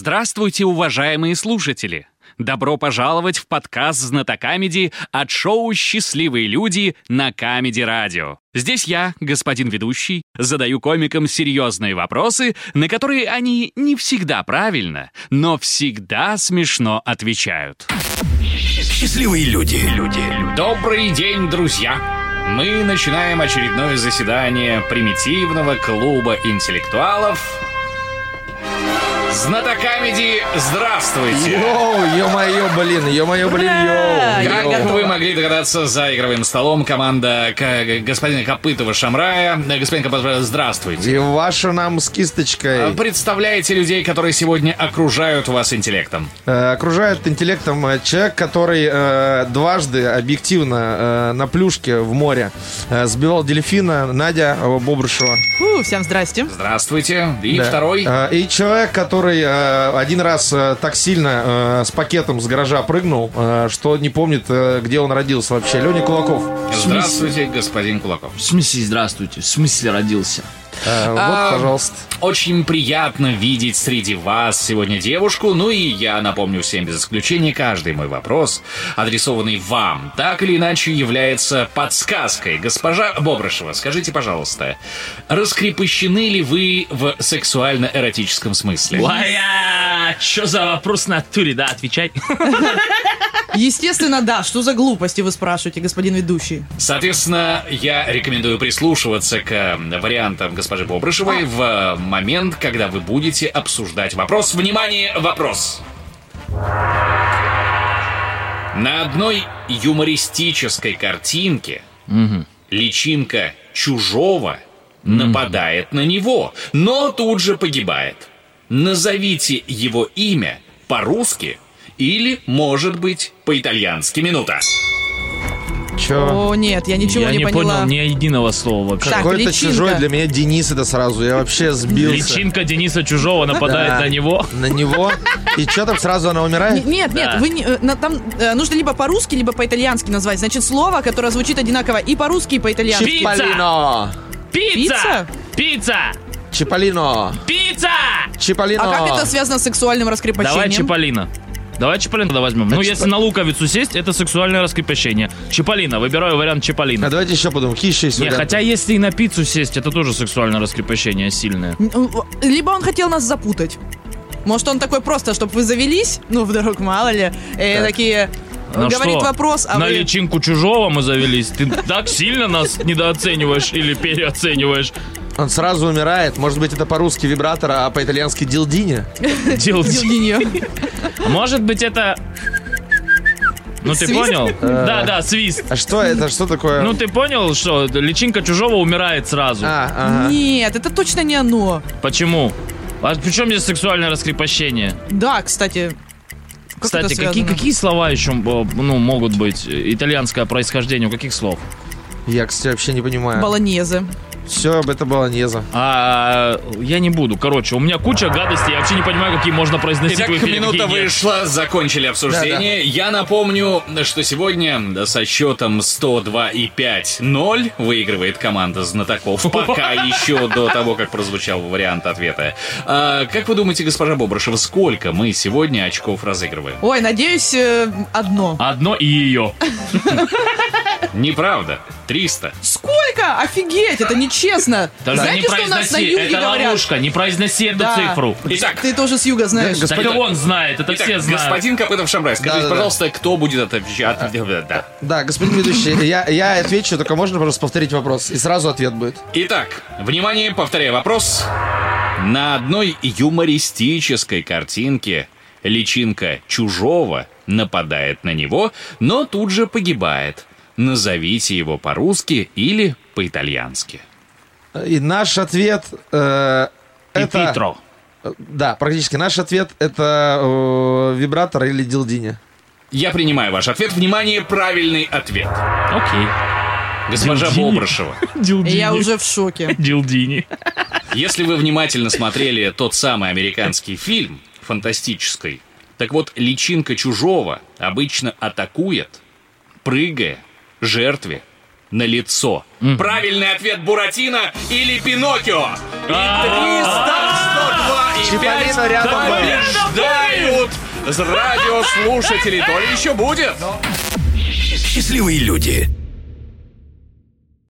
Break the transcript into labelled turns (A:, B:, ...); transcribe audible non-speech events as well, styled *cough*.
A: Здравствуйте, уважаемые слушатели! Добро пожаловать в подкаст «Знатокамеди» от шоу «Счастливые люди» на Камеди Радио. Здесь я, господин ведущий, задаю комикам серьезные вопросы, на которые они не всегда правильно, но всегда смешно отвечают.
B: Счастливые люди. Люди.
A: Добрый день, друзья! Мы начинаем очередное заседание примитивного клуба интеллектуалов Знатокамеди, здравствуйте!
C: Йоу, ё-моё, блин, ё-моё, блин,
D: Ура!
A: Как
C: йоу. йоу.
A: вы могли догадаться, за игровым столом команда к- господина Копытова-Шамрая. Господин Копытов, здравствуйте.
C: И ваша нам с
A: А,
C: кисточкой
A: Представляете людей, которые сегодня окружают вас интеллектом.
C: Э, окружает интеллектом э, человек, который э, дважды объективно э, на плюшке в море э, сбивал дельфина Надя э, Бобрышева.
D: Фу, всем здрасте.
A: Здравствуйте. И
C: Да.
A: второй.
C: Э, И человек, который э, один раз э, так сильно э, с пакетом с гаража прыгнул, э, что не помнит, э, где он родился вообще. Леня Кулаков.
A: Здравствуйте, господин Кулаков.
E: В смысле, здравствуйте, в смысле родился?
C: Э,
A: А.
C: Вот, пожалуйста.
A: Очень приятно видеть среди вас сегодня девушку. Ну и я напомню всем без исключения, каждый мой вопрос, адресованный вам, так или иначе является подсказкой. Госпожа Бобрышева, скажите, пожалуйста, раскрепощены ли вы в сексуально-эротическом смысле?
E: Ая, что а, за вопрос на туре, да, отвечай.
D: Естественно, да. Что за глупости вы спрашиваете, господин ведущий?
A: Соответственно, я рекомендую прислушиваться к э, вариантам госпожи Бобрышевой в э, момент, когда вы будете обсуждать вопрос. Внимание, вопрос! На одной юмористической картинке личинка чужого нападает на него, но тут же погибает. Назовите его имя по-русски или, может быть, по-итальянски. Минута.
C: Чё?
D: О, нет, *laughs* я ничего
E: А. Я
D: не
E: не
D: поняла.
E: понял ни единого слова вообще.
D: Так,
C: Какой-то
D: личинка.
C: чужой для меня Денис это сразу. Я вообще сбился.
E: Личинка Дениса Чужого нападает
C: Да.
E: на него.
C: На него. И что там сразу она умирает?
D: Н- Нет, нет,
E: Да.
D: вы не- э, на- там э, нужно либо по-русски, либо по-итальянски назвать. Значит, слово, которое звучит одинаково и по-русски, и по-итальянски.
C: Чиполлино!
E: Пицца!
D: Пицца?
E: Пицца!
C: Чиполлино!
E: Пицца!
C: Чиполлино!
D: А как это связано с сексуальным раскрепощением?
E: Давай Чиполлино. Давай Чиполлино тогда возьмем. Ну, если на луковицу сесть, это сексуальное раскрепощение. Чиполлино, выбираю вариант
C: А
E: Чиполлино.
C: давайте еще подумаем. Кище есть
E: Не,
C: вариант.
E: хотя если и на пиццу сесть, это тоже сексуальное раскрепощение сильное.
D: Н- э, Либо он хотел нас запутать. Может, он такой просто, чтобы вы завелись? Ну, вдруг, мало ли. Э, такие...
E: На
D: говорит
E: Ну что?
D: вопрос, а
E: На
D: вы...
E: личинку чужого мы завелись. Ты так сильно нас недооцениваешь или переоцениваешь.
C: Он сразу умирает. Может быть, это по-русски вибратор, а по-итальянски дилдини?
E: Дел-
D: Евгения.
E: Может быть, это... Ну ты
D: Свист?
A: Э.
E: понял? Да, да, свист.
C: А что это? Что такое?
E: Ну ты понял, что личинка чужого умирает сразу.
C: А, ага.
D: Нет, это точно не оно.
E: Почему? А при чем здесь сексуальное раскрепощение?
D: Да, кстати. Как
E: Кстати,
D: это
E: какие,
D: связано?
E: какие слова еще э, ну, могут быть? Итальянское происхождение, у каких слов?
C: Я, кстати, вообще не понимаю.
D: Болонезы.
C: Все, это баланеза.
E: А, я не буду. Короче, у меня куча гадостей, я вообще не понимаю, какие можно произносить
A: Итак,
E: в эфире,
A: минута
E: какие нет.
A: вышла, закончили обсуждение. Я напомню, что сегодня да, со счетом 102,5-0 выигрывает команда *laughs* знатоков. Пока еще до того, как прозвучал вариант ответа. А, как вы думаете, госпожа Бобрышева, сколько мы сегодня очков разыгрываем?
D: Ой, надеюсь, э, одно.
E: Одно и ее.
A: Неправда. 300.
D: Сколько? Офигеть, это нечестно.
E: Даже
D: Знаете,
E: не
D: что у нас на
E: произноси,
D: юге
E: это
D: говорят?
E: ловушка, не произноси эту
D: Да.
E: цифру.
A: Итак,
D: Ты тоже с юга знаешь.
C: Да,
E: Так
C: Господи-
E: и он знает, это
A: итак,
E: все знают.
A: господин Копытов-Шамрай, скажите,
C: Да-да-да.
A: пожалуйста, кто будет отвечать? Да.
C: Да, господин ведущий, я, я отвечу, только можно просто повторить вопрос. И сразу ответ будет.
A: Итак, внимание, повторяю вопрос. На одной юмористической картинке личинка чужого нападает на него, но тут же погибает. Назовите его по-русски или по-итальянски.
C: И наш ответ... э, это...
E: Пипитро.
C: Да, практически наш ответ это э, вибратор или дилдини.
A: Я принимаю ваш ответ. Внимание, правильный ответ.
E: Окей.
A: Госпожа
E: Дилдини.
A: Бобрышева,
E: Дилдини.
D: Я уже в шоке.
E: Дилдини.
A: если вы внимательно смотрели тот самый американский фильм, фантастический, так вот, личинка чужого обычно атакует прыгая жертве на лицо. Правильный ответ Буратино или Пиноккио? И 300, 102 и
C: Чиполлино
A: пять
C: рядом
A: побеждают радиослушатели. То ли еще будет.
F: Счастливые люди.